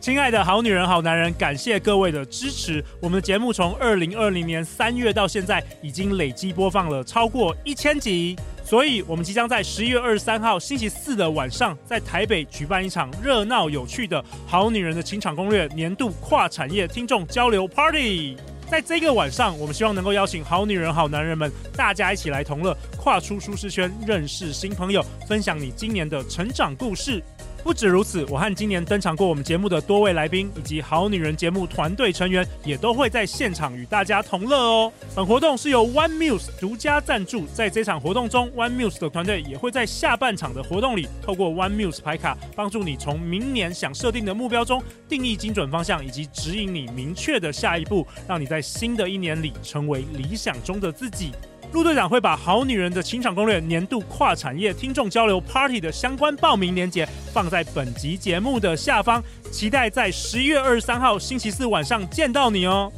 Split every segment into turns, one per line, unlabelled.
亲爱的好女人、好男人，感谢各位的支持。我们的节目从二零二零年三月到现在，已经累计播放了超过一千集。所以，我们即将在十一月二十三号星期四的晚上，在台北举办一场热闹有趣的《好女人的情场攻略》年度跨产业听众交流 Party。在这个晚上，我们希望能够邀请好女人、好男人们，大家一起来同乐，跨出舒适圈，认识新朋友，分享你今年的成长故事。不止如此，我和今年登场过我们节目的多位来宾以及《好女人》节目团队成员也都会在现场与大家同乐哦。本活动是由 One Muse 独家赞助，在这场活动中，One Muse 的团队也会在下半场的活动里，透过 One Muse 牌卡，帮助你从明年想设定的目标中定义精准方向，以及指引你明确的下一步，让你在新的一年里成为理想中的自己。陆队长会把《好女人的情场攻略》年度跨产业听众交流 Party 的相关报名链接放在本集节目的下方，期待在十月二十三号星期四晚上见到你哦。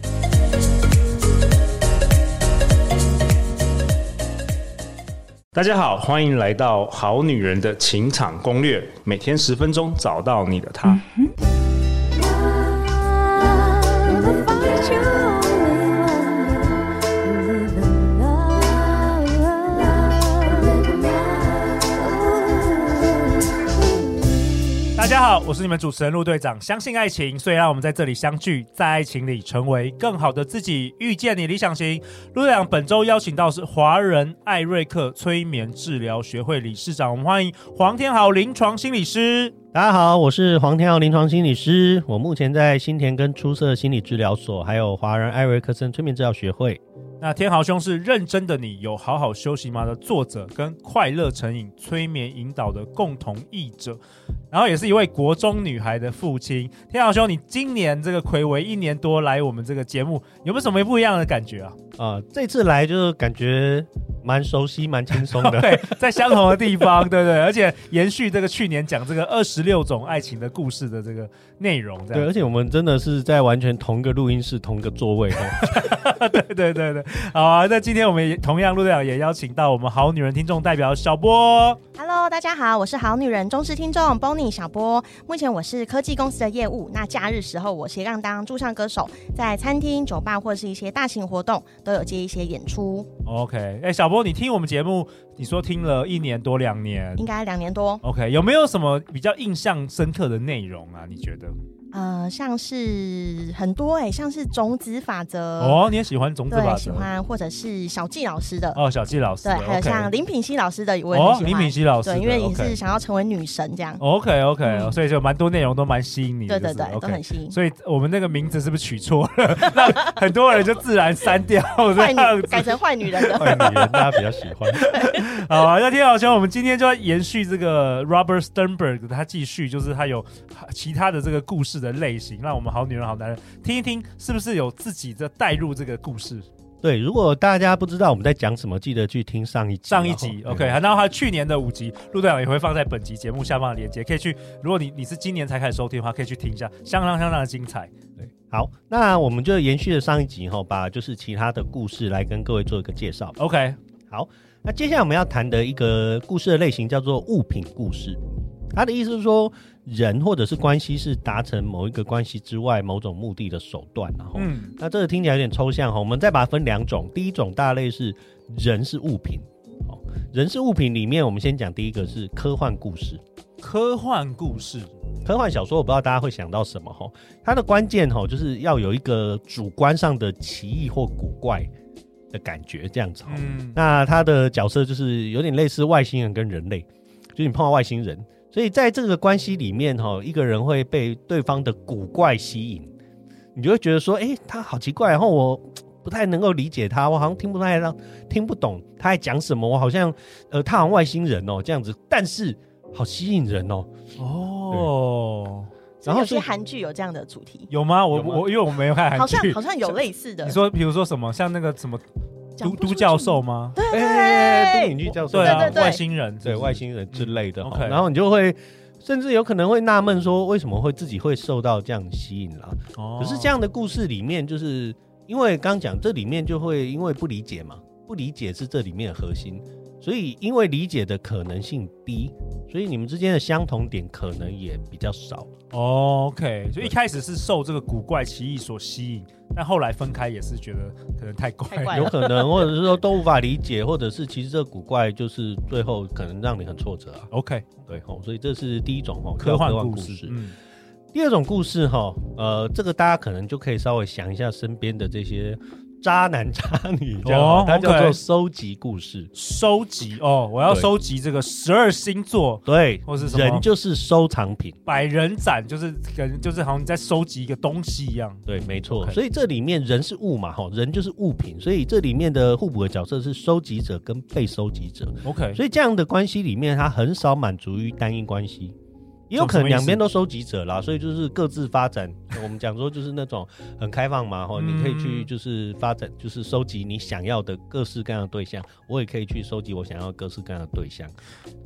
大家好，欢迎来到《好女人的情场攻略》，每天十分钟，找到你的他。
Love, find you only Live in love, live in love.
大家好，我是你们主持人陆队长。相信爱情，所以让我们在这里相聚，在爱情里成为更好的自己，遇见你理想型。陆队长本周邀请到是华人艾瑞克催眠治疗学会理事长，我们欢迎黄天豪临床心理师。
大家好，我是黄天耀临床心理师，我目前在新田跟出色心理治疗所，还有华人艾瑞克森催眠治疗学会。
那天豪兄是《认真的你有好好休息吗》的作者，跟《快乐成瘾》催眠引导的共同译者，然后也是一位国中女孩的父亲。天豪兄，你今年这个魁违一年多来我们这个节目，有没有什么不一样的感觉啊？
啊、这次来就感觉蛮熟悉、蛮轻松 的。
对，在相同的地方，对不对？而且延续这个去年讲这个二十六种爱情的故事的这个内容，这
对，
样
而且我们真的是在完全同一个录音室、同一个 座位哦。
对 对对对，好啊！那今天我们也同样陆队长也邀请到我们好女人听众代表小波，
Hello，大家好，我是好女人忠实听众 Bonnie 小波。目前我是科技公司的业务，那假日时候我斜杠当驻唱歌手，在餐厅、酒吧或是一些大型活动都有接一些演出，
OK，哎、小波，你听我们节目，你说听了一年多两年
应该两年多。
，OK，有没有什么比较印象深刻的内容啊？你觉得？
呃，像是很多哎、像是种子法则，
哦，你也喜欢种子吧？
呃对，喜欢，或者是小纪老师的，
哦，小纪老师，
对，还有
OK
像林品熙老师的，我也很
哦
喜，欢。
林品熙老师的，
对，因为你
OK 哦
是想要成为女神这样，
OK OK，、
嗯
所以就蛮多内容都蛮吸引你
对
的，就
对
是
对，都
OK
很吸 引。
所以我们那个名字是不是取错了？ 那很多人就自然删掉这
坏
样
女
子。
改成坏女人 的，
坏女人大家比较喜欢。
好啊，那天好兄，我们今天就要延续这个 Robert Sternberg，他继续就是他有其他的这个故事的类型，让我们好女人、好男人听一听，是不是有自己的带入这个故事？
对，如果大家不知道我们在讲什么，记得去听上一集。哦
上一集
然后
OK，
对
然后他去年的五集，陆队长也会放在本集节目下方的链接，可以去。如果你你是今年才开始收听的话，可以去听一下，相当相当的精彩。
好，那我们就延续了上一集哈、把就是其他的故事来跟各位做一个介绍。
OK，
那接下来我们要谈的一个故事的类型叫做物品故事。它的意思是说，人或者是关系是达成某一个关系之外某种目的的手段，然后、
嗯，
那这个听起来有点抽象哈。我们再把它分两种，第一种大类是人是物品，哦，人是物品里面，我们先讲第一个是科幻故事。
科幻故事
科幻小说我不知道大家会想到什么哈，它的关键哈就是要有一个主观上的奇异或古怪的感觉，这样子哈。
嗯
那他的角色就是有点类似外星人跟人类，就是你碰到外星人，所以在这个关系里面哈，一个人会被对方的古怪吸引，你就会觉得说，诶，他好奇怪，然后我嘖不太能够理解他，我好像听不太到，听不懂他在讲什么，我好像呃，他好像外星人哦这样子，但是好吸引人哦，
哦，
然后
有
是
些韩剧有这样的主题，
有吗？我
有吗
我因为我没有看韩剧，
好像好像有类似的。
你说，比如说什么，像那个什么
讲
都
不出
都教
去
授吗？
对对
哎，杜敏俊教授，
对啊，
对对对
外星人，
对外，星人之类的、
嗯
哦
OK
然后你就会甚至有可能会纳闷说，为什么会自己会受到这样的吸引啦？
可
可是这样的故事里面，就是因为刚讲这里面就会因为不理解嘛，不理解是这里面的核心，所以因为理解的可能性低，所以你们之间的相同点可能也比较少。
哦 OK，所以一开始是受这个古怪奇异所吸引，但后来分开也是觉得可能太怪
太
了。
怪了
有可能，或者是说都无法理解，或者是其实这古怪就是最后可能让你很挫折啊。
OK，
对吼，所以这是第一种吼
科幻
故
故事，嗯，
第二种故事哈，呃，这个大家可能就可以稍微想一下身边的这些渣男渣女这样哦
哦，
它叫
OK
做收集故事。
收集哦，我要
对
收集这个十二星座
对，
或是什么
人就是收藏品。
百人展，就是跟就是好像你在收集一个东西一样。
对，没错。
OK
所以这里面人是物嘛，哈，人就是物品，所以这里面的互补的角色是收集者跟被收集者。
OK，
所以这样的关系里面，它很少满足于单一关系，也有可能两边都收集者啦，所以就是各自发展。 我们讲说就是那种很开放嘛，哈，
嗯
你可以去就是发展，就是收集你想要的各式各样的对象，我也可以去收集我想要的各式各样的对象。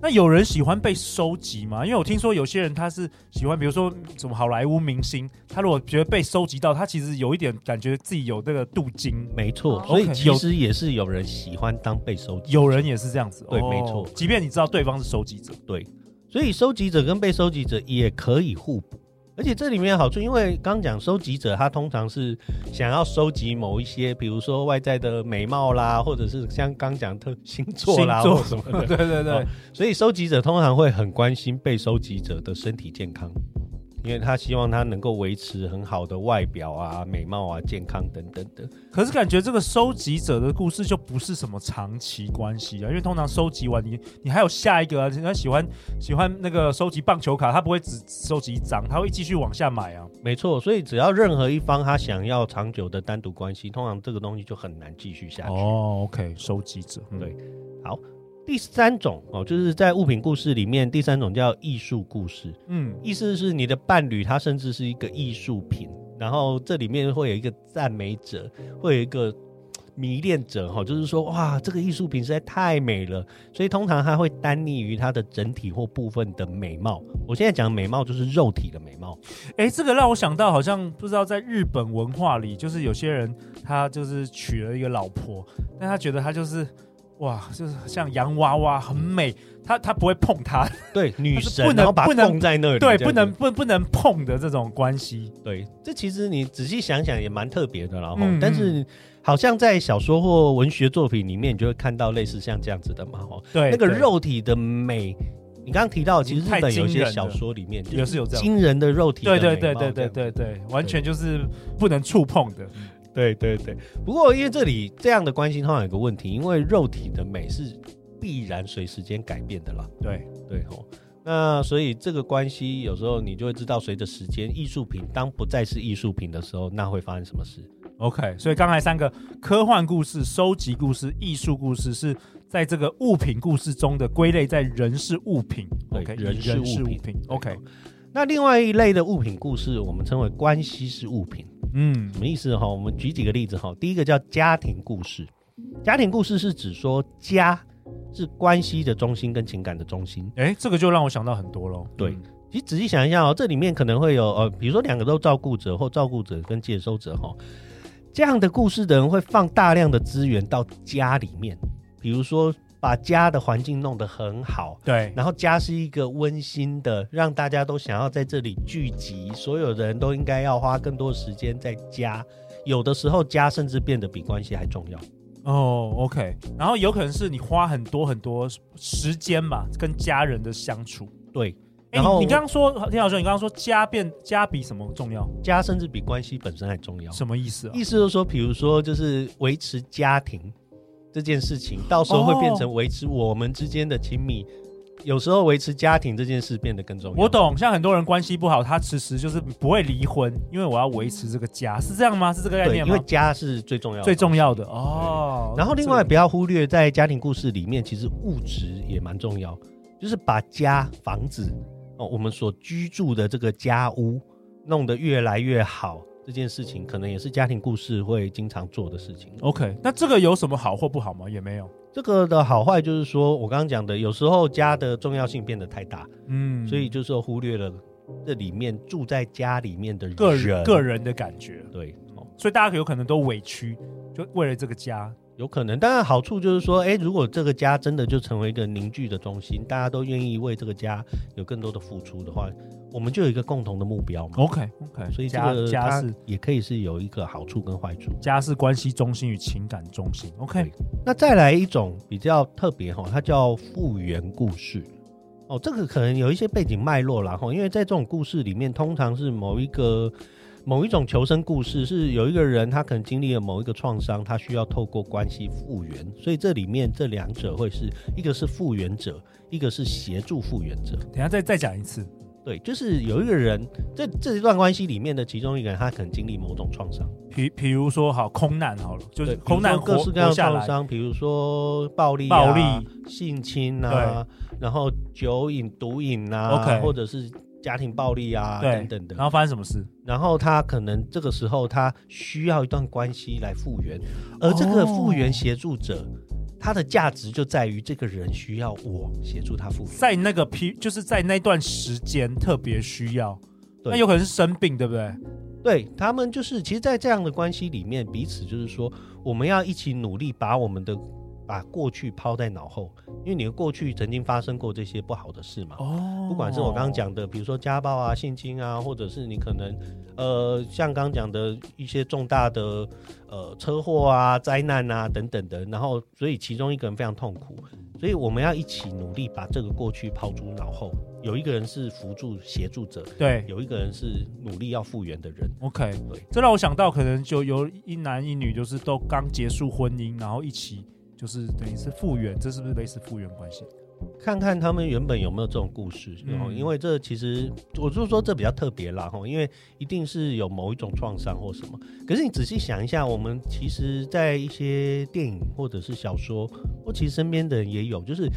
那有人喜欢被收集吗？因为我听说有些人他是喜欢，比如说什么好莱坞明星，他如果觉得被收集到，他其实有一点感觉自己有这个镀金。
没错，
哦
所以
OK
其实也是有人喜欢当被收集者。
有人也是这样子，
对
哦
没错
即便你知道对方是收集 者，
对，所以收集者跟被收集者也可以互补。而且这里面有好处，因为刚讲收集者，他通常是想要收集某一些，比如说外在的美貌啦，或者是像刚讲特星座啦，
星座
或什么的。
对对对
哦，所以收集者通常会很关心被收集者的身体健康，因为他希望他能够维持很好的外表啊、美貌啊、健康等等的。
可是感觉这个收集者的故事就不是什么长期关系啊，因为通常收集完你，你还有下一个啊。人家喜欢喜欢那个收集棒球卡，他不会只收集一张，他会继续往下买啊。
没错，所以只要任何一方他想要长久的单独关系，通常这个东西就很难继续下去。
哦，OK，收集者，嗯
对第三种哦，就是在物品故事里面，第三种叫艺术故事，
嗯，
意思是你的伴侣他甚至是一个艺术品，然后这里面会有一个赞美者，会有一个嘖迷恋者哈、哦，就是说哇，这个艺术品实在太美了，所以通常他会单溺于它的整体或部分的美貌。我现在讲美貌就是肉体的美貌，
哎，这个让我想到，好像不知道在日本文化里，就是有些人他就是娶了一个老婆，但他觉得他就是哇，就是像洋娃娃很美，他他不会碰她，
对女
是
神，
不能
然后把
不
它
能
供在那里，
对，
这
不
样子
能不 不能碰的这种关系。
对，这其实你仔细想想也蛮特别的啦齁。
嗯
但是好像在小说或文学作品里面，你就会看到类似像这样子的嘛齁。
对，
那个
对
肉体的美，你刚刚提到，其实日
太
本有一
惊
些
人了
小说里面
也是有这样。
惊人的肉体的
对
美貌
对对对对
这样嗯
对对，完全就是不能触碰的。
对对对。不过因为这里这样的关系，通常有个问题，因为肉体的美是必然随时间改变的啦。
对，
对吼。那所以这个关系，有时候你就会知道，随着时间，艺术品当不再是艺术品的时候，那会发生什么事？
OK，所以刚才三个科幻故事、收集故事、艺术故事是在这个物品故事中的归类在人是物品
对
，OK，
人
以
是
人
物
是物
品
品，OK，
那另外一类的物品故事，我们称为关系式物品，
嗯
什么意思哈？我们举几个例子哈。第一个叫家庭故事，家庭故事是指说家是关系的中心跟情感的中心。
哎，这个就让我想到很多喽。
对
嗯，
其实仔细想一下哦，这里面可能会有呃，比如说两个都照顾者或照顾者跟接收者哈，这样的故事的人会放大量的资源到家里面，比如说把家的环境弄得很好，
对，
然后家是一个温馨的，让大家都想要在这里聚集，所有人都应该要花更多时间在家。有的时候，家甚至变得比关系还重要。
哦，OK，然后有可能是你花很多很多时间嘛，跟家人的相处。
对，
哎，
然后
你你刚刚说，田老师，你刚刚说家变家比什么重要？
家甚至比关系本身还重要。
什么意思啊？
意思就是说，比如说，就是维持家庭这件事情，
哦
到时候会变成维持我们之间的亲密。有时候维持家庭这件事变得更重要。
我懂，像很多人关系不好，他其实就是不会离婚，因为我要维持这个家，是这样吗？是这个概
对，
念
因为
吗？
家是最重要的。
最重要的哦。
然后另外不要忽略，在家庭故事里面，其实物质也蛮重要，就是把家、房子哦，我们所居住的这个家屋弄得越来越好，这件事情可能也是家庭故事会经常做的事情。
这个 OK，那这个有什么好或不好吗？也没有，
这个的好坏就是说，我刚刚讲的，有时候家的重要性变得太大，
嗯，
所以就是说忽略了这里面住在家里面的
个人
人
个人的感觉，
对。哦
所以大家有可能都委屈，就为了这个家，
有可能。当然，好处就是说，哎，如果这个家真的就成为一个凝聚的中心，大家都愿意为这个家有更多的付出的话，我们就有一个共同的目标嘛。
OK OK，
所以这
家
个
家
它
是
也可以是有一个好处跟坏处。
家是关系中心与情感中心。OK，
对那再来一种比较特别哈，它叫复原故事。哦，这个可能有一些背景脉络啦哈，因为在这种故事里面，通常是某一个某一种求生故事，是有一个人他可能经历了某一个创伤，他需要透过关系复原，所以这里面这两者会是一个是复原者，一个是协助复原者。
等一下再再讲一次。
对，就是有一个人在这一段关系里面的其中一个人，他可能经历某种创伤。
比比如说好空难好了，就是
对比如
空难
说各
活
式各样
活
的
下
创
来，
伤，比如说暴力、啊
暴力、
性侵啊，然后酒瘾、毒瘾啊
OK
或者是家庭暴力啊
对
等等的。
然后发生什么事？
然后他可能这个时候他需要一段关系来复原，而这个复原协助者，他的价值就在于这个人需要我协助他复原。
在那个批，就是在那段时间特别需要，
对
那有可能是生病，对不对？
对他们就是，其实，在这样的关系里面，彼此就是说，我们要一起努力，把我们的把过去抛在脑后，因为你的过去曾经发生过这些不好的事嘛。
哦
不管是我刚刚，讲的，比如说家暴啊、性侵啊，或者是你可能呃，像刚刚讲的一些重大的呃车祸啊、灾难啊等等的，然后所以其中一个人非常痛苦，所以我们要一起努力把这个过去抛诸脑后。有一个人是辅助协助者，
对
有一个人是努力要复原的人。
，OK，
对
这让我想到，可能就有一男一女，就是都刚结束婚姻，然后一起就是等于是复原，这是不是类似复原关系？
看看他们原本有没有这种故事，然后、
嗯
因为这其实我就说这比较特别啦，哈，因为一定是有某一种创伤或什么。可是你仔细想一下，我们其实，在一些电影或者是小说，或其实身边的人也有，就是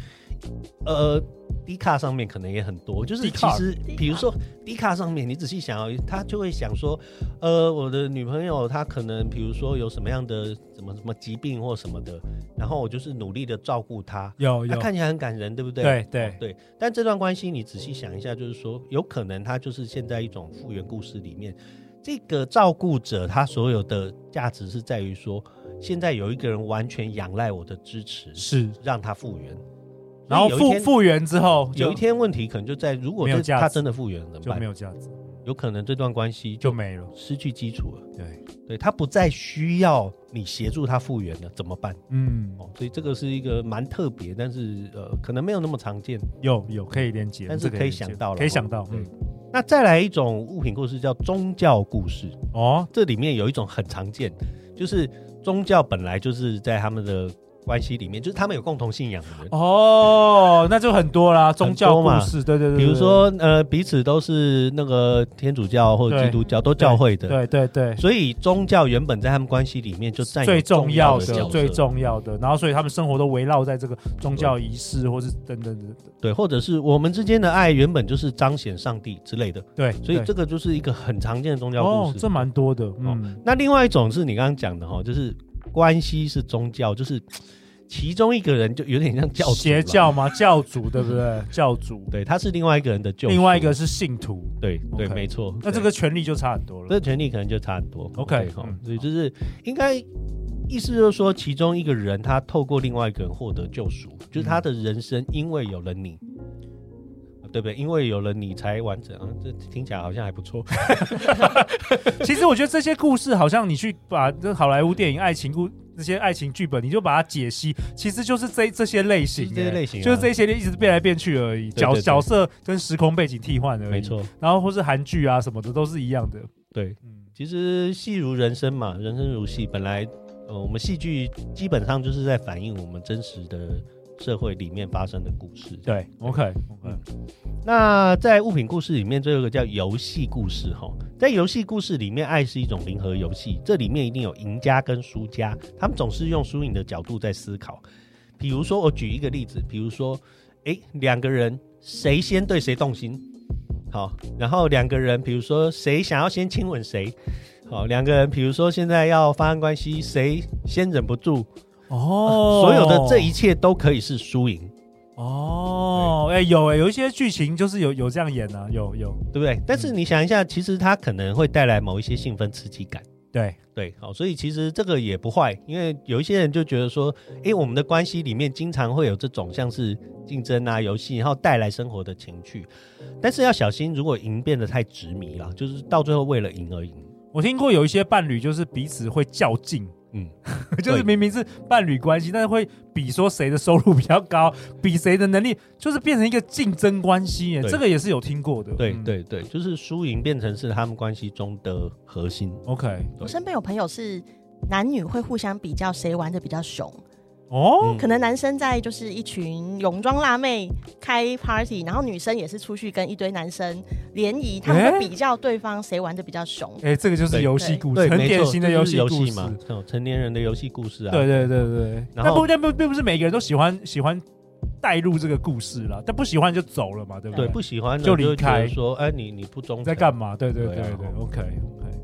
呃，迪卡上面可能也很多，就是其
Dcard
实比如说迪卡上面，你仔细想哦，他就会想说，呃，我的女朋友她可能比如说有什么样的什么什么疾病或什么的，然后我就是努力的照顾她。
有
他
有，
啊看起来很感人，对不对？
哦对对
对，但这段关系你仔细想一下，就是说，有可能他就是现在一种复原故事里面，这个照顾者他所有的价值是在于说，现在有一个人完全仰赖我的支持，
是，
让他复原。
然后
所以有一
复
天
复原之后，
有一天问题可能就在，如果
没有
这
价值
他真的复原了怎
就
么
没
办？
有价值，
有可能这段关系
就
就
没了。
失去基础了，
对，
对他不再需要你协助他复原了，怎么办？
嗯，
哦，所以这个是一个蛮特别，但是呃，可能没有那么常见。
有有可以连接，
但是
这个
可以
连接
想到了哦
可以想到，
对
嗯，
那再来一种物品故事叫宗教故事，
哦，
这里面有一种很常见，就是宗教本来就是在他们的关系里面，就是他们有共同信仰的人。
哦，那就很多啦，宗教
很多
故
嘛
事，对对对，
比如
对，
说，呃，彼此都是那个天主教或者基督教，都教会的，
对对对，
所以宗教原本在他们关系里面就占有
最重要
的
的、
角色
最重要的，然后所以他们生活都围绕在这个宗教仪式，或是等等等等，
对，或者是我们之间的爱原本就是彰显上帝之类的，
对，
所以
对
这个就是一个很常见的宗教故
哦，
事。
这蛮多的，嗯，
那另外一种是你刚刚讲的哈，就是关系是宗教，就是其中一个人就有点像教主啦
邪，教嘛，教主对不 对？教主，
对，他是另外一个人的救赎，
另外一个是信徒，
对对
OK
没错。
那这
对
个权力就差很多
这
了，
个权利可能就差很多。
OK，
对哈
嗯
所以就是应该意思就是说，其中一个人他透过另外一个人获得救赎，就是他的人生因为有了你。
嗯
对不对？因为有了你才完整啊，这听起来好像还不错。
其实我觉得这些故事，好像你去把这好莱坞电影爱情故。这些爱情剧本，你就把它解析，其实就是这这些类型、
就是这些
哎
类型啊
就是这些一直变来变去而已，
对
角
对对
角色跟时空背景替换而已。
没，错，
然后或是韩剧啊什么的都是一样的。
对，
嗯，
其实戏如人生嘛，人生如戏。本来，呃，我们戏剧基本上就是在反映我们真实的社会里面发生的故事。
对，OK，OK，、
那在物品故事里面，最后一个叫游戏故事哈。在游戏故事里面，爱是一种零和游戏，这里面一定有赢家跟输家，他们总是用输赢的角度在思考。比如说，我举一个例子，比如说，诶，两个人谁先对谁动心，好，然后两个人，比如说谁想要先亲吻谁，好，两个人，比如说现在要发生关系，谁先忍不住，啊
哦
所有的这一切都可以是输赢。
哦，哎、有哎、有一些剧情就是有有这样演啊，有有，
对不对？但是你想一下，其实它可能会带来某一些兴奋刺激感，
对，
对，好，所以其实这个也不坏，因为有一些人就觉得说，诶，我们的关系里面经常会有这种像是竞争啊、游戏，然后带来生活的情趣，但是要小心，如果赢变得太执迷了，就是到最后为了赢而赢，
我听过有一些伴侣就是彼此会较劲，
嗯，
就是
对
明明是伴侣关系，但是会比说谁的收入比较高，比谁的能力，就是变成一个竞争关系耶。
对
这个也是有听过的。
对
嗯
对对，就是输赢变成是他们关系中的核心，
，OK，
我身边有朋友是男女会互相比较谁玩的比较凶，
哦，
嗯
可能男生在就是一群泳装辣妹开 party，然后女生也是出去跟一堆男生联谊，他们
诶
会比较对方谁玩的比较凶。
哎，这个就是
对
游戏故事，
对，
很
没
典
错
型的
这
游
就是
戏
游
故
戏
事
嘛，这种成年人的游戏故事啊，
对对对对，
然
但不
后
但不并不是每个人都喜欢喜欢带入这个故事啦，但不喜欢就走了嘛，对不
对，不喜欢的
就离
会觉得
开
说，哎，你你不忠
你
诚，
在干嘛？对对对
对啊
对，OK OK，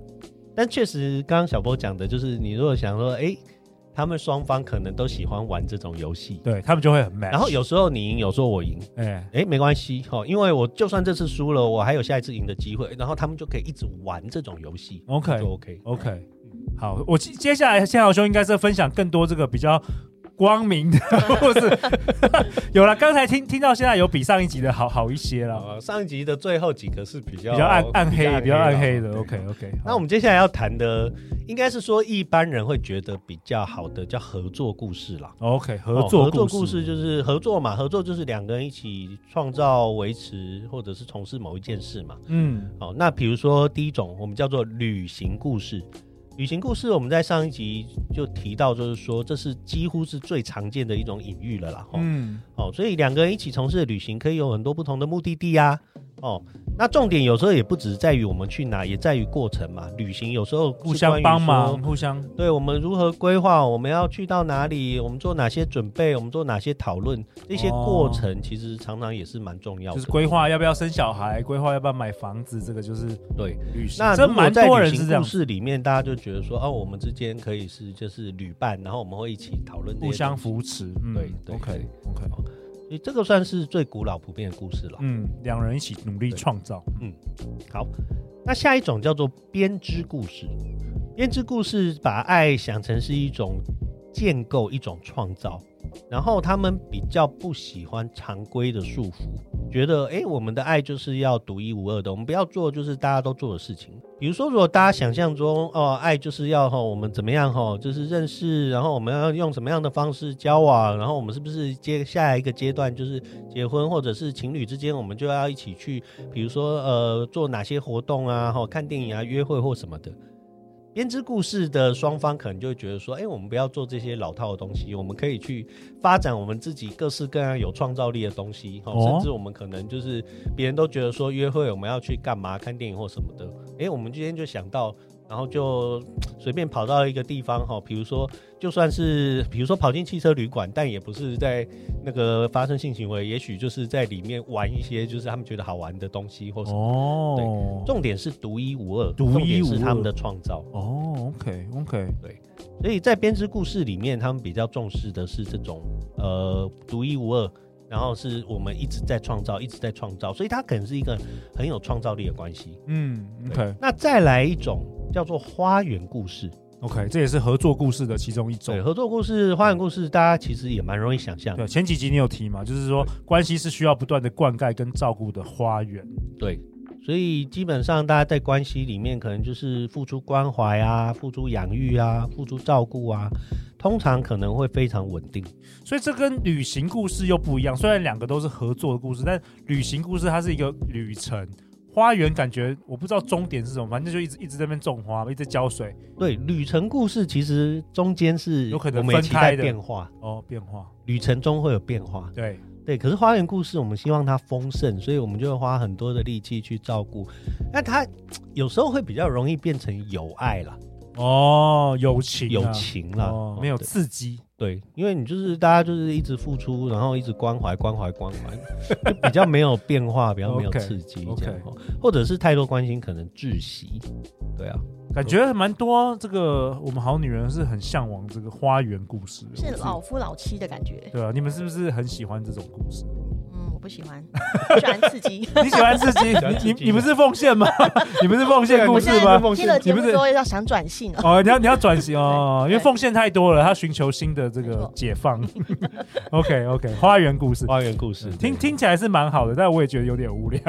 但确实，刚刚小波讲的就是，你如果想说，哎、他们双方可能都喜欢玩这种游戏，
对他们就会很 mad，
然后有时候你赢，有时候我赢，
哎
哎、没关系哈，哦因为我就算这次输了，我还有下一次赢的机会，然后他们就可以一直玩这种游戏，
OK
就 OK。
OK，好，我接接下来夏豪兄应该是分享更多这个比较光明 的，或是 有了。刚才听听到现在有比上一集的好好一些了，
呃，上一集的最后几个是比较
比较暗暗黑，比较暗黑的。
啦
OK OK，
那我们接下来要谈的，应该是说一般人会觉得比较好的叫合作故事啦。
OK 合
哦
作
合作
故
故
事
事就是合作嘛，合作就是两个人一起创造、维持或者是从事某一件事嘛。
嗯
好，那比如说第一种，我们叫做旅行故事。旅行故事，我们在上一集就提到，就是说这是几乎是最常见的一种隐喻了啦。哦，
嗯
哦所以两个人一起从事的旅行可以有很多不同的目的地啊。哦，那重点有时候也不只在于我们去哪，也在于过程嘛。旅行有时候是
互相
关于
帮
说
忙，互相
对我们如何规划，我们要去到哪里，我们做哪些准备，我们做哪些讨论，这些过程其实常常也是蛮重要
就
的。
是规划要不要生小孩，规划要不要买房子，这个就是
对，
旅行。
那
这
如果
蛮
在
多
旅
人是
行
这样
故，事里面，大家就觉得说，哦，我们之间可以是就是旅伴，然后我们会一起讨论这些
互相
东西。
扶持。嗯
对对
OK OK，
所以这个算是最古老普遍的故事了。
嗯，两人一起努力
对
创造。
好，那下一种叫做编织故事。编织故事把爱想成是一种建构，一种创造，然后他们比较不喜欢常规的束缚，觉得诶，我们的爱就是要独一无二的，我们不要做就是大家都做的事情。比如说，如果大家想象中哦，爱就是要哈、我们怎么样哈、就是认识，然后我们要用什么样的方式交往，然后我们是不是接下来一个阶段就是结婚或者是情侣之间，我们就要一起去比如说呃做哪些活动啊，哈，看电影啊，约会或什么的。编织故事的双方可能就会觉得说，哎、我们不要做这些老套的东西，我们可以去发展我们自己各式各样有创造力的东西，哈、
哦
甚至我们可能就是别人都觉得说约会我们要去干嘛，看电影或什么的，哎、我们今天就想到，然后就嘖随便跑到一个地方，哈、比如说就算是比如说跑进汽车旅馆，但也不是在那个发生性行为，也许就是在里面玩一些就是他们觉得好玩的东西或什么。
哦，
重点是独一无二，
独一无二
重点是他们的创造。
哦，OK OK，
所以在编织故事里面，他们比较重视的是这种呃独一无二，然后是我们一直在创造，一直在创造，所以它可能是一个很有创造力的关系。
嗯
对
，OK
那再来一种叫做花园故事，
OK，这也是合作故事的其中一
对
种。
合作故事、花园故事，大家其实也蛮容易想象。
对，前几集你有提嘛，就是说关系是需要不断的灌溉跟照顾的花园。
对，所以基本上大家在关系里面，可能就是付出关怀啊，付出养育啊，付出照顾啊，通常可能会非常稳定。
所以这跟旅行故事又不一样，虽然两个都是合作的故事，但旅行故事它是一个旅程。花园感觉我不知道终点是什么，反正就一直一直在那边种花，一直浇水，
对，旅程故事其实中间是
有可能
我们也
分
期
开
待
的
变化，
哦，变化。
旅程中会有变化。
对，
对，可是花园故事我们希望它丰盛，所以我们就会花很多的力气去照顾。那它有时候会比较容易变成友爱啦、
哦，友情、啊，
友情啦，
哦，没有刺激，
对，因为你就是大家就是一直付出，然后一直关怀、关怀、关怀，就比较没有变化，比较没有
OK，
刺激
OK
这样哦，或者是太多关心可能窒息。对啊，
感觉蛮多。这个我们好女人是很向往这个花园故事的，
是
我自己
老夫老妻的感觉，
对啊，你们是不是很喜欢这种故事？
嗯，不喜 欢，我喜欢刺激。
你喜欢刺激？
喜欢刺
你
激
你你不是奉献吗？ 你不是奉献故
我
事
现在
吗？
听了节
你
目
不是
之后要想转性了。
哦，你要你要转型哦，因为
对
奉献太多了，他寻求新的这
没
个
错
解放。OK OK，花园故事。
花园故事，
听
对
听起来是蛮好的，但我也觉得有点 无聊。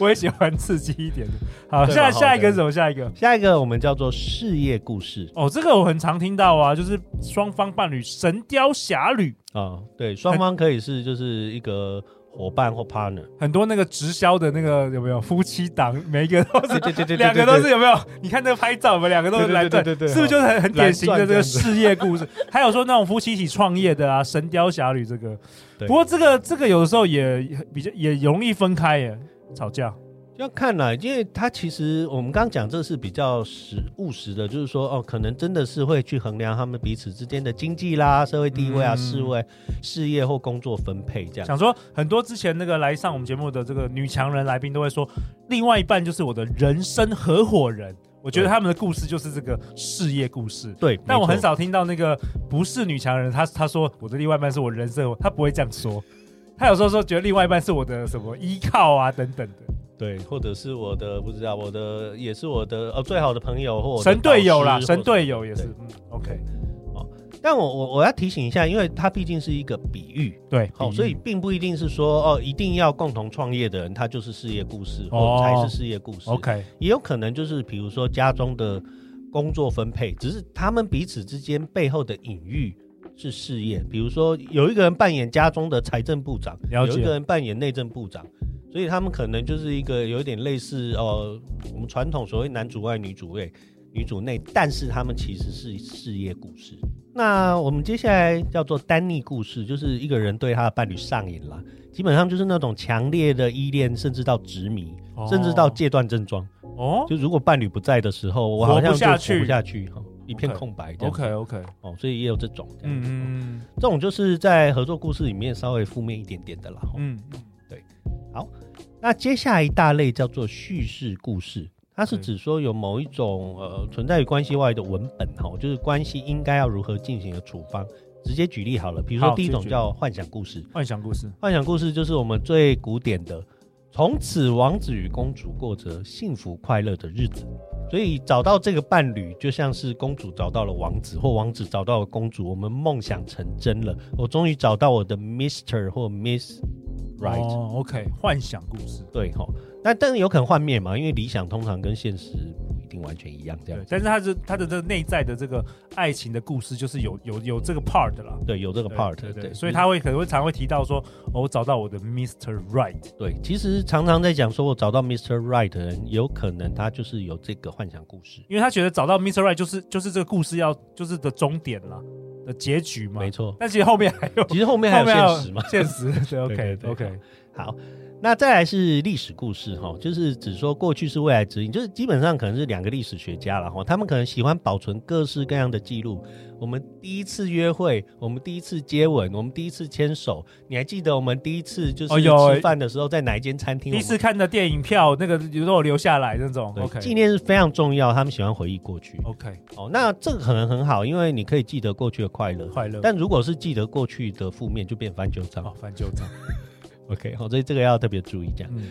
我也喜欢刺激一点的。好，
对
下
蛮好
下一个
的
是什么？下一个
下一个我们叫做事业故事
哦，这个我很常听到啊，就是双方伴侣《神雕侠侣
啊、对，双方可以是就是一个伙伴或 partner，》
很多那个直销的那个有没有夫妻档，每一个都
对对对对，
两个
对
都是。有没有？你看这个拍照，我们两个都是蓝钻，
对对对对对
是不是就是很很典型的这个
蓝钻这
事业 故事？还有说那种夫妻一起创业的啊，《神雕侠侣》这个，
对
不过这个这个有的时候也也比较也容易分开耶，吵架。
要看啦，因为它其实我们刚刚讲这是比较实务实的，就是说哦，可能真的是会去衡量他们彼此之间的经济啦、社会地位啊、
嗯
事位、事业或工作分配这样。
想说很多之前那个来上我们节目的这个女强人来宾都会说，另外一半就是我的人生合伙人。我觉得
对
他们的故事就是这个事业故事。
对，
但我
没错
很少听到那个不是女强人，她她说我的另外一半是我人生合，她不会这样说。她有时候说觉得另外一半是我的什么依靠啊等等的
对，或者是我的不知道，我的也是我的呃最好的朋友或我的
神队友
导
啦，
师或
神队友也是。
对
嗯，OK，
但我我我要提醒一下，因为它毕竟是一个比喻，
对，嗯
好、
比喻
所以并不一定是说哦，一定要共同创业的人，他就是事业故事，
哦
或才是事业故事。
OK，
也有可能就是比如说家中的工作分配，只是他们彼此之间背后的隐喻是事业，比如说有一个人扮演家中的财政部长，
了解
有一个人扮演内政部长。所以他们可能就是一个有一点类似呃，我们传统所谓男主外女主内，女主内，但是他们其实是事业故事。那我们接下来叫做单逆故事，就是一个人对他的伴侣上瘾啦，基本上就是那种强烈的依恋，甚至到执迷，
哦
甚至到戒断症状。
哦
就如果伴侣不在的时候，我好
活
像
不
就
下
活
去
不下去，哈，一片空白这样。
，OK OK，
哦，所以也有这种，这样子哦
嗯嗯
这种就是在合作故事里面稍微负面一点点的啦。哦
嗯嗯，
那接下来一大类叫做叙事故事，它是
OK
指说有某一种呃存在于关系外的文本哈，就是关系应该要如何进行的处方。直接举例好了，比如说
好
第一
直接
种
举例
叫幻想故事，
幻想故事，
幻想故事就是我们最古典的，从此王子与公主过着幸福快乐的日子。所以找到这个伴侣，就像是公主找到了王子，或王子找到了公主，我们梦想成真了。我终于找到我的 Mister 或 Miss Right，、
哦，OK，幻想故事，
对哈。那但是有可能幻灭嘛，因为理想通常跟现实不一定完全一样，这
对
样，
但是它是它的这个内在的这个爱情的故事，就是有有有这个 part 啦。
对有这个 part，
对对，
对嗯
所以他会可能会常会提到说，哦我找到我的 Mr. Right，
对，其实常常在讲说，我找到 Mister Right 的人，有可能他就是有这个幻想故事，
因为他觉得找到 Mr. Right 就是就是这个故事要就是的终点啦的结局嘛
没。错。
但其实后面还有
其实后面还
后
有
面
现 实嘛，
现实 对 OK
对对
OK
好，那再来是历史故事哈，就是只说过去是未来指引，就是基本上可能是两个历史学家了哈，他们可能喜欢保存各式各样的记录。我们第一次约会，我们第一次接吻，我们第一次牵手，你还记得我们第一次就是
哦有欸
吃饭的时候在哪一间餐厅？
第一
我
次
们
看的电影票那个有都有留下来那种
对
OK
纪念是非常重要，他们喜欢回忆过去。
OK
哦，那这个可能很好，因为你可以记得过去的快乐。
快乐
但如果是记得过去的负面，就变翻旧账
哦。翻旧账
OK，好，所以这个要特别注意这样。
嗯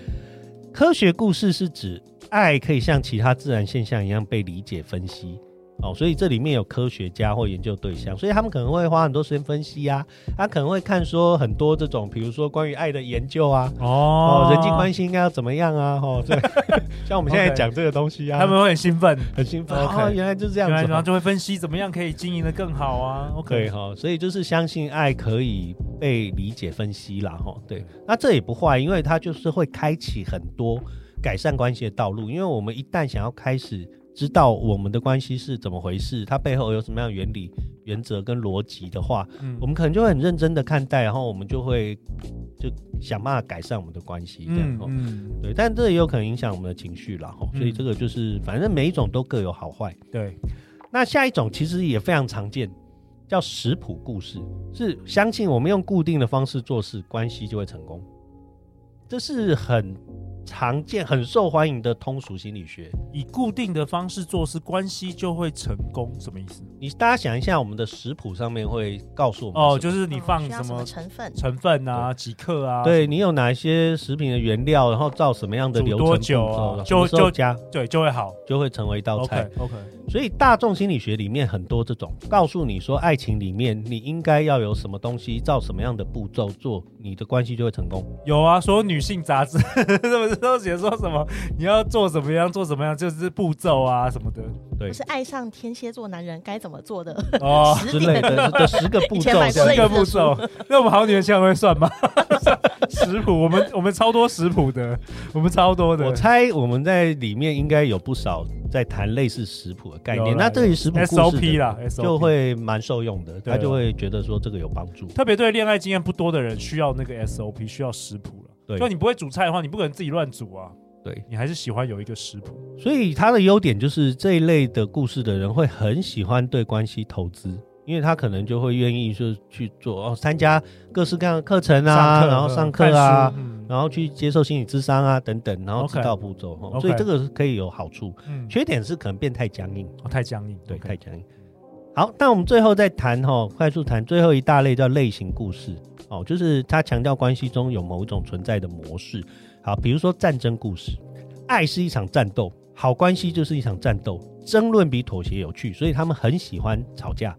科学故事是指爱可以像其他自然现象一样被理解分析。哦，所以这里面有科学家或研究对象，所以他们可能会花很多时间分析啊，他可能会看说很多这种，比如说关于爱的研究啊，哦
哦，
人际关
系
系应该要怎么样啊，哦，对， 像我们现在
OK
讲这个东西啊，
他们会很兴奋，
很兴奋
OK
哦，原来就是这样
原来
子
然后
哦，
就会分析怎么样可以经营的更好啊 OK
对哈、哦，所以就是相信爱可以被理解分析啦，哈、对，那这也不坏，因为它就是会开启很多改善关系的道路，因为我们一旦想要开始知道我们的关系是怎么回事，它背后有什么样的原理、原则跟逻辑的话，
嗯
我们可能就会很认真的看待，然后我们就会就想办法改善我们的关系，这样
嗯
哈。
嗯
对，但这也有可能影响我们的情绪啦，哈，所以
嗯
这个就是，反正每一种都各有好坏。
对
那下一种其实也非常常见，叫食谱故事，是相信我们用固定的方式做事，关系就会成功。这是很常见、很受欢迎的通俗心理学。
以固定的方式做事，关系就会成功，什么意思？
你大家想一下，我们的食谱上面会告诉我们
哦，
什么
就是你放
需要
什
什么
么
成分？
成分啊、几克啊，
对你有哪些食品的原料，然后照什么样的
煮
流程
多
步
久啊
骤，
就
什么时候
就
加
对就会好。
就会成为一道菜
OK。OK，
所以大众心理学里面很多这种告诉你说，爱情里面你应该要有什么东西，照什么样的步骤做，你的关系就会成功。
有啊，所有女性杂志 是不是都写说什么你要做什么样做什么样，就是步骤啊什么的
对
不是爱上天蝎座男人该怎么做的
哦。
十
之 类
点？
的的十个步骤
以前买
这
过
这
类
样。
个
似
步
的
骤
书，
那我们好女人相会算吗？食谱，我们我们超多食谱的，我们超多的。
我猜我们在里面应该有不少在谈类似食谱的概
有
念。
啦
那对于食谱故
SOP
事的
啦，SOP
就会蛮受用的，
对
他就会觉得说这个有帮助。
特别对恋爱经验不多的人，需要那个 SOP，需要食谱了。
对
就你不会煮菜的话，你不可能自己乱煮啊。
对，
你还是喜欢有一个食谱。
所以他的优点就是这一类的故事的人会很喜欢对关系投资，因为他可能就会愿意就是去做哦，参加各式各样的课程
上
啊，
课
然后
嗯
上课啊
看书，嗯
然后去接受心理咨商啊等等，然后
OK
知道步骤哦
OK
所以这个是可以有好处。
嗯，
缺点是可能变太僵硬，
哦太僵硬，
对
OK
太僵硬。好，那我们最后再谈哈、哦，快速谈最后一大类叫类型故事哦，就是它强调关系中有某一种存在的模式。好，比如说战争故事，爱是一场战斗，好关系就是一场战斗，争论比妥协有趣，所以他们很喜欢吵架。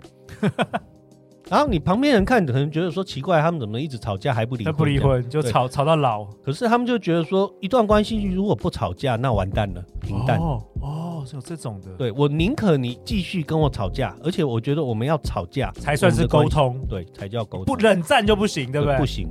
然后你旁边人看，可能觉得说奇怪，他们怎么一直吵架还不离
那
婚？
不离婚就
对
吵吵到老，
可是他们就觉得说，一段关系如果不吵架，那完蛋了，平淡。
哦哦，是有这种的，，
对我宁可你继续跟我吵架，而且我觉得我们要吵架
才算是沟，通
我们的关系，对，才叫沟通，
不冷战就不行，对不对？
不行，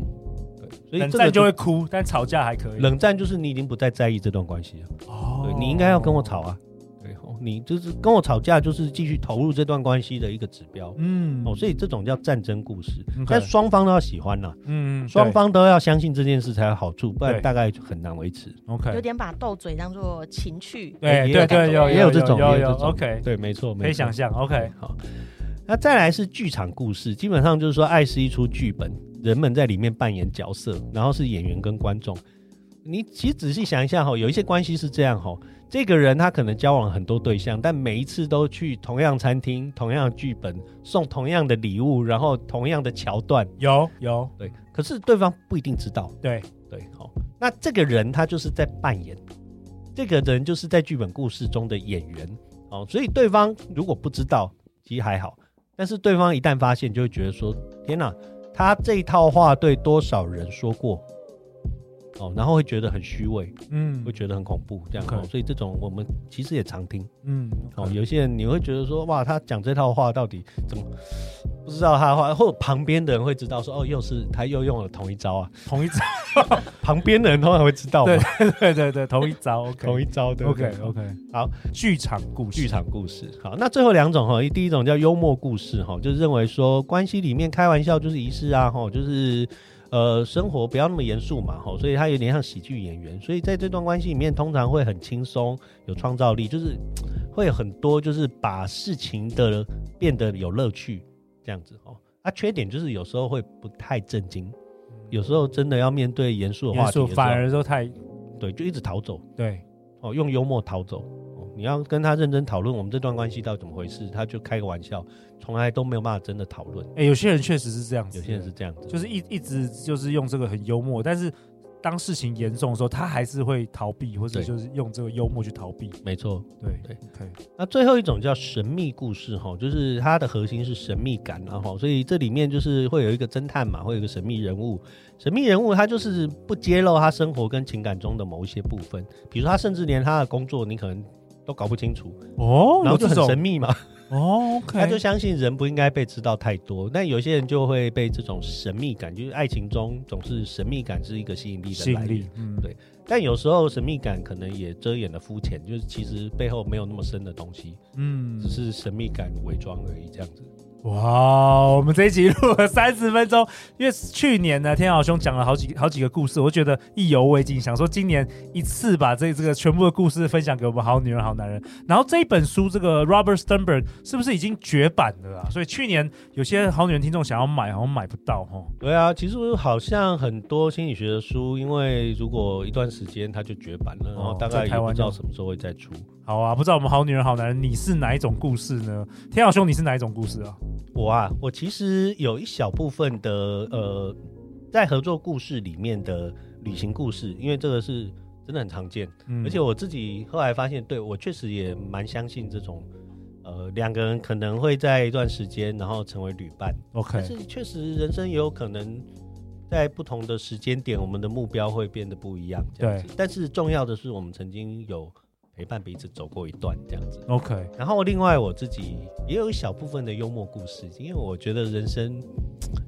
对，所以
冷
这
战
个
就会哭，但吵架还可以。
冷战就是你已经不再在意这段关系了，
哦
对你应该要跟我吵，啊，对，哦你就是跟我吵架就是继续投入这段关系的一个指标。
嗯
哦，所以这种叫战争故事
OK
但双方都要喜欢呐、
嗯，
双方都要相信这件事才有好处，不
对
然大概就很难维持。
对 OK，
有点把斗嘴当做情趣。
哎
对
也
对
有
对，有
也
有这种
有
也有
有
这种
OK，
对，没错，没错
可以想象 OK，
好，那再来是剧场故事，基本上就是说，爱是一出剧本，人们在里面扮演角色，然后是演员跟观众。你其实仔细想一下哈，有一些关系是这样哈，这个人他可能交往很多对象，但每一次都去同样餐厅、同样的剧本、送同样的礼物，然后同样的桥段，
有有
对。可是对方不一定知道，
对，
对，好、那这个人他就是在扮演，这个人就是在剧本故事中的演员，哦，所以对方如果不知道，其实还好，但是对方一旦发现，就会觉得说，天哪，他这一套话对多少人说过，哦，然后会觉得很虚伪，
嗯
会觉得很恐怖，这样
OK
哦，所以这种我们其实也常听，
嗯
哦，有些人你会觉得说，哇，他讲这套话到底怎么？不知道他的话，或者旁边的人会知道说，哦，又是他又用了同一招啊。
同一招，
旁边的人通常会知道嘛
对，对对对，同一招 OK，
同一招对不对
OK OK，
好，
剧场故事，
剧场故事。好，那最后两种哈，第一种叫幽默故事哈，就是认为说关系里面开玩笑就是仪式啊哈，就是呃生活不要那么严肃嘛哈，所以他有点像喜剧演员，所以在这段关系里面通常会很轻松，有创造力，就是嘖会有很多就是把事情的变得有乐趣这样子哦。啊，缺点就是有时候会不太正经，有时候真的要面对严肃的话
严
题
肃
的时候，
反而都太
对就一直逃走。
对
哦，用幽默逃走。哦，你要跟他认真讨论我们这段关系到底怎么回事，他就开个玩笑，从来都没有办法真的讨论。
哎，有些人确实是这样子，
有些人是这样子，
就是一一直就是用这个很幽默，但是当事情严重的时候，他还是会逃避，或者
对
就是用这个幽默去逃避。
没错。
对
对
，OK，
那最后一种叫神秘故事哈、就是它的核心是神秘感、然后所以这里面就是会有一个侦探嘛，会有一个神秘人物。神秘人物他就是不揭露他生活跟情感中的某一些部分，比如说他甚至连他的工作你可能都搞不清楚，
哦，有
然后
这
就很
种
神秘嘛。
哦，OK，
他就相信人不应该被知道太多，但有些人就会被这种神秘感，就是爱情中总是神秘感是一个吸引力
吸
的来
引
源
力。，嗯，
对但有时候神秘感可能也遮掩了肤浅，就是其实背后没有那么深的东西，
嗯
只，是神秘感伪装而已，这样子。
哇，我们这一集录了三十分钟，因为去年呢，天豪兄讲了好几好几个故事，我觉得意犹未尽，想说今年一次把这这个全部的故事分享给我们好女人、好男人。然后这一本书，这个 Robert Sternberg 是不是已经绝版了啊？所以去年有些好女人听众想要买，好像买不到哦。
对啊，其实好像很多心理学的书，因为如果一段时间它就绝版了，然后大概
在
也
台湾
不知道
就
什么时候会再出。
好啊，不知道我们好女人、好男人，你是哪一种故事呢？天豪兄，你是哪一种故事啊？
我啊，我其实有一小部分的呃，在合作故事里面的旅行故事，因为这个是真的很常见，
嗯
而且我自己后来发现，对我确实也蛮相信这种。呃，两个人可能会在一段时间，然后成为旅伴，但
OK，
是确实人生也有可能在不同的时间点，我们的目标会变得不一样。这样子，但是重要的是，我们曾经有陪伴彼此走过一段这样子。
OK，
然后另外我自己也有一小部分的幽默故事，因为我觉得人生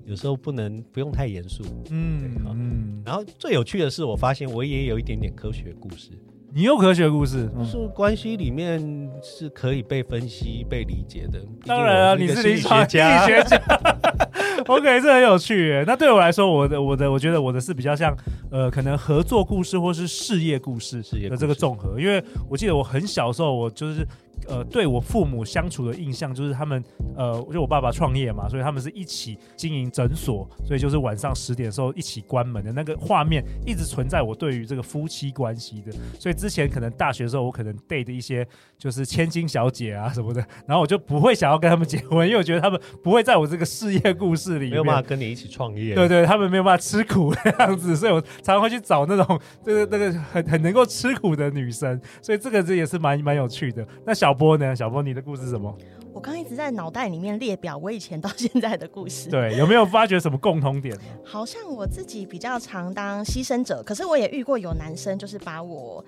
有时候不能不用太严肃。
嗯
对好
嗯，
然后最有趣的是，我发现我也有一点点科学故事，
你又科学故事，
就
嗯
是关系里面是可以被分析、被理解的。毕竟
当然啊，
我是一
你是
个心
临
理
床
学家，
心理学家 OK，这很有趣耶。那对我来说，我的我的我觉得我的是比较像呃，可能合作故事或是事业故事
事业故
的
事
这个综合。因为我记得我很小的时候，我就是呃，对我父母相处的印象就是他们呃，就我爸爸创业嘛，所以他们是一起经营诊所，所以就是晚上十点的时候一起关门的那个画面，一直存在我对于这个夫妻关系的。所以之前可能大学的时候，我可能 date 一些就是千金小姐啊什么的，然后我就不会想要跟他们结婚，因为我觉得他们不会在我这个事业故事里
没有办法
面。
跟你一起创业。
对对，他们没有办法吃苦的样子，所以我常常会去找那种就是那个很很能够吃苦的女生，所以这个这也是蛮蛮有趣的。那小波呢？小波，你的故事是什么？
我刚一直在脑袋里面列表我以前到现在的故事，
对，有没有发觉什么共同点呢？
好像我自己比较常当牺牲者，可是我也遇过有男生就是把我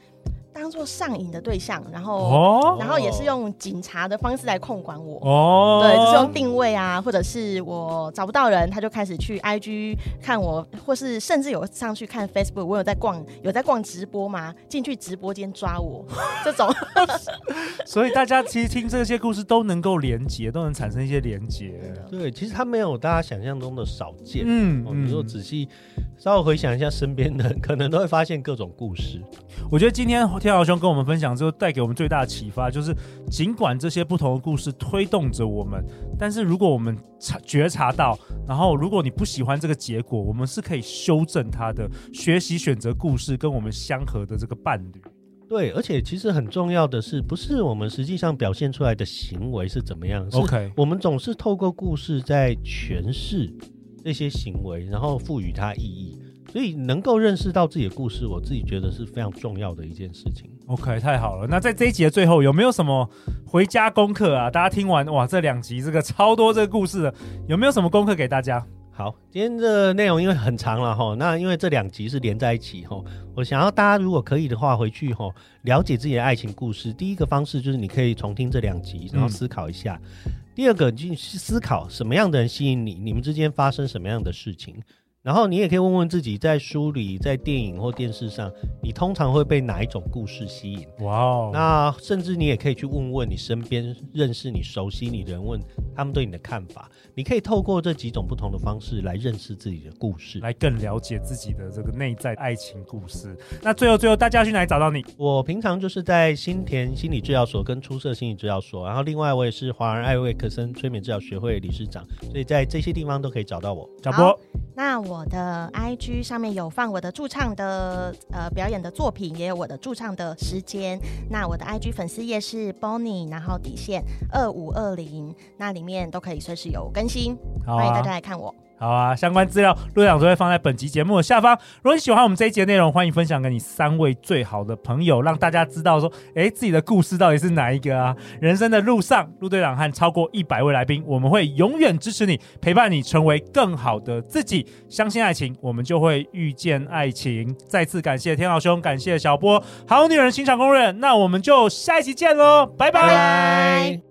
当做上瘾的对象，然后、
哦
然后也是用警察的方式来控管我。
哦，
对，就是用定位啊，或者是我找不到人，他就开始去 IG 看我，或是甚至有上去看 Facebook，我有在逛，有在逛直播吗？进去直播间抓我，这种
所以大家其实听这些故事都能够连结，都能产生一些连结。
对，其实它没有大家想象中的少见。
嗯
哦，你说仔细稍微回想一下身边的人，可能都会发现各种故事。
我觉得今天天豪兄跟我们分享之后，带给我们最大的启发就是，尽管这些不同的故事推动着我们，但是如果我们察觉察到，然后如果你不喜欢这个结果，我们是可以修正它的，学习选择故事跟我们相合的这个伴侣。
对，而且其实很重要的是，不是我们实际上表现出来的行为是怎么样是
OK
我们总是透过故事在诠释这些行为，然后赋予它意义。所以能够认识到自己的故事，我自己觉得是非常重要的一件事情。
OK，太好了。那在这一集的最后，有没有什么回家功课啊？大家听完哇，这两集这个超多这个故事的，有没有什么功课给大家？
好，今天的内容因为很长了哈，那因为这两集是连在一起哈，我想要大家如果可以的话，回去哈了解自己的爱情故事。第一个方式就是你可以重听这两集，然后思考一下；第二个，你去思考什么样的人吸引你，你们之间发生什么样的事情。然后你也可以问问自己，在书里、在电影或电视上，你通常会被哪一种故事吸引？
哇哦，
那甚至你也可以去问问你身边认识你、熟悉你的人，问他们对你的看法。你可以透过这几种不同的方式来认识自己的故事。
来更了解自己的这个内在爱情故事。那最后最后，大家要去哪里找到你？
我平常就是在新田心理治疗所跟出色心理治疗所，然后另外我也是华人艾瑞克森催眠治疗学会理事长，所以在这些地方都可以找到我。
小波
好。那我的 IG 上面有放我的驻唱的呃表演的作品，也有我的驻唱的时间。那我的 IG 粉丝页是 Bonnie，然后底线二五二零，那里面都可以随时有更新，
好
欢迎大
啊
家，来看我。
好啊，相关资料陆长都会放在本集节目的下方。如果你喜欢我们这一集的内容，欢迎分享给你三位最好的朋友，让大家知道说，诶，自己的故事到底是哪一个啊？人生的路上，陆队长和超过一百位来宾，我们会永远支持你，陪伴你成为更好的自己。相信爱情，我们就会遇见爱情。再次感谢天豪兄，感谢小波，好女人欣赏攻略。那我们就下一集见喽，拜拜
拜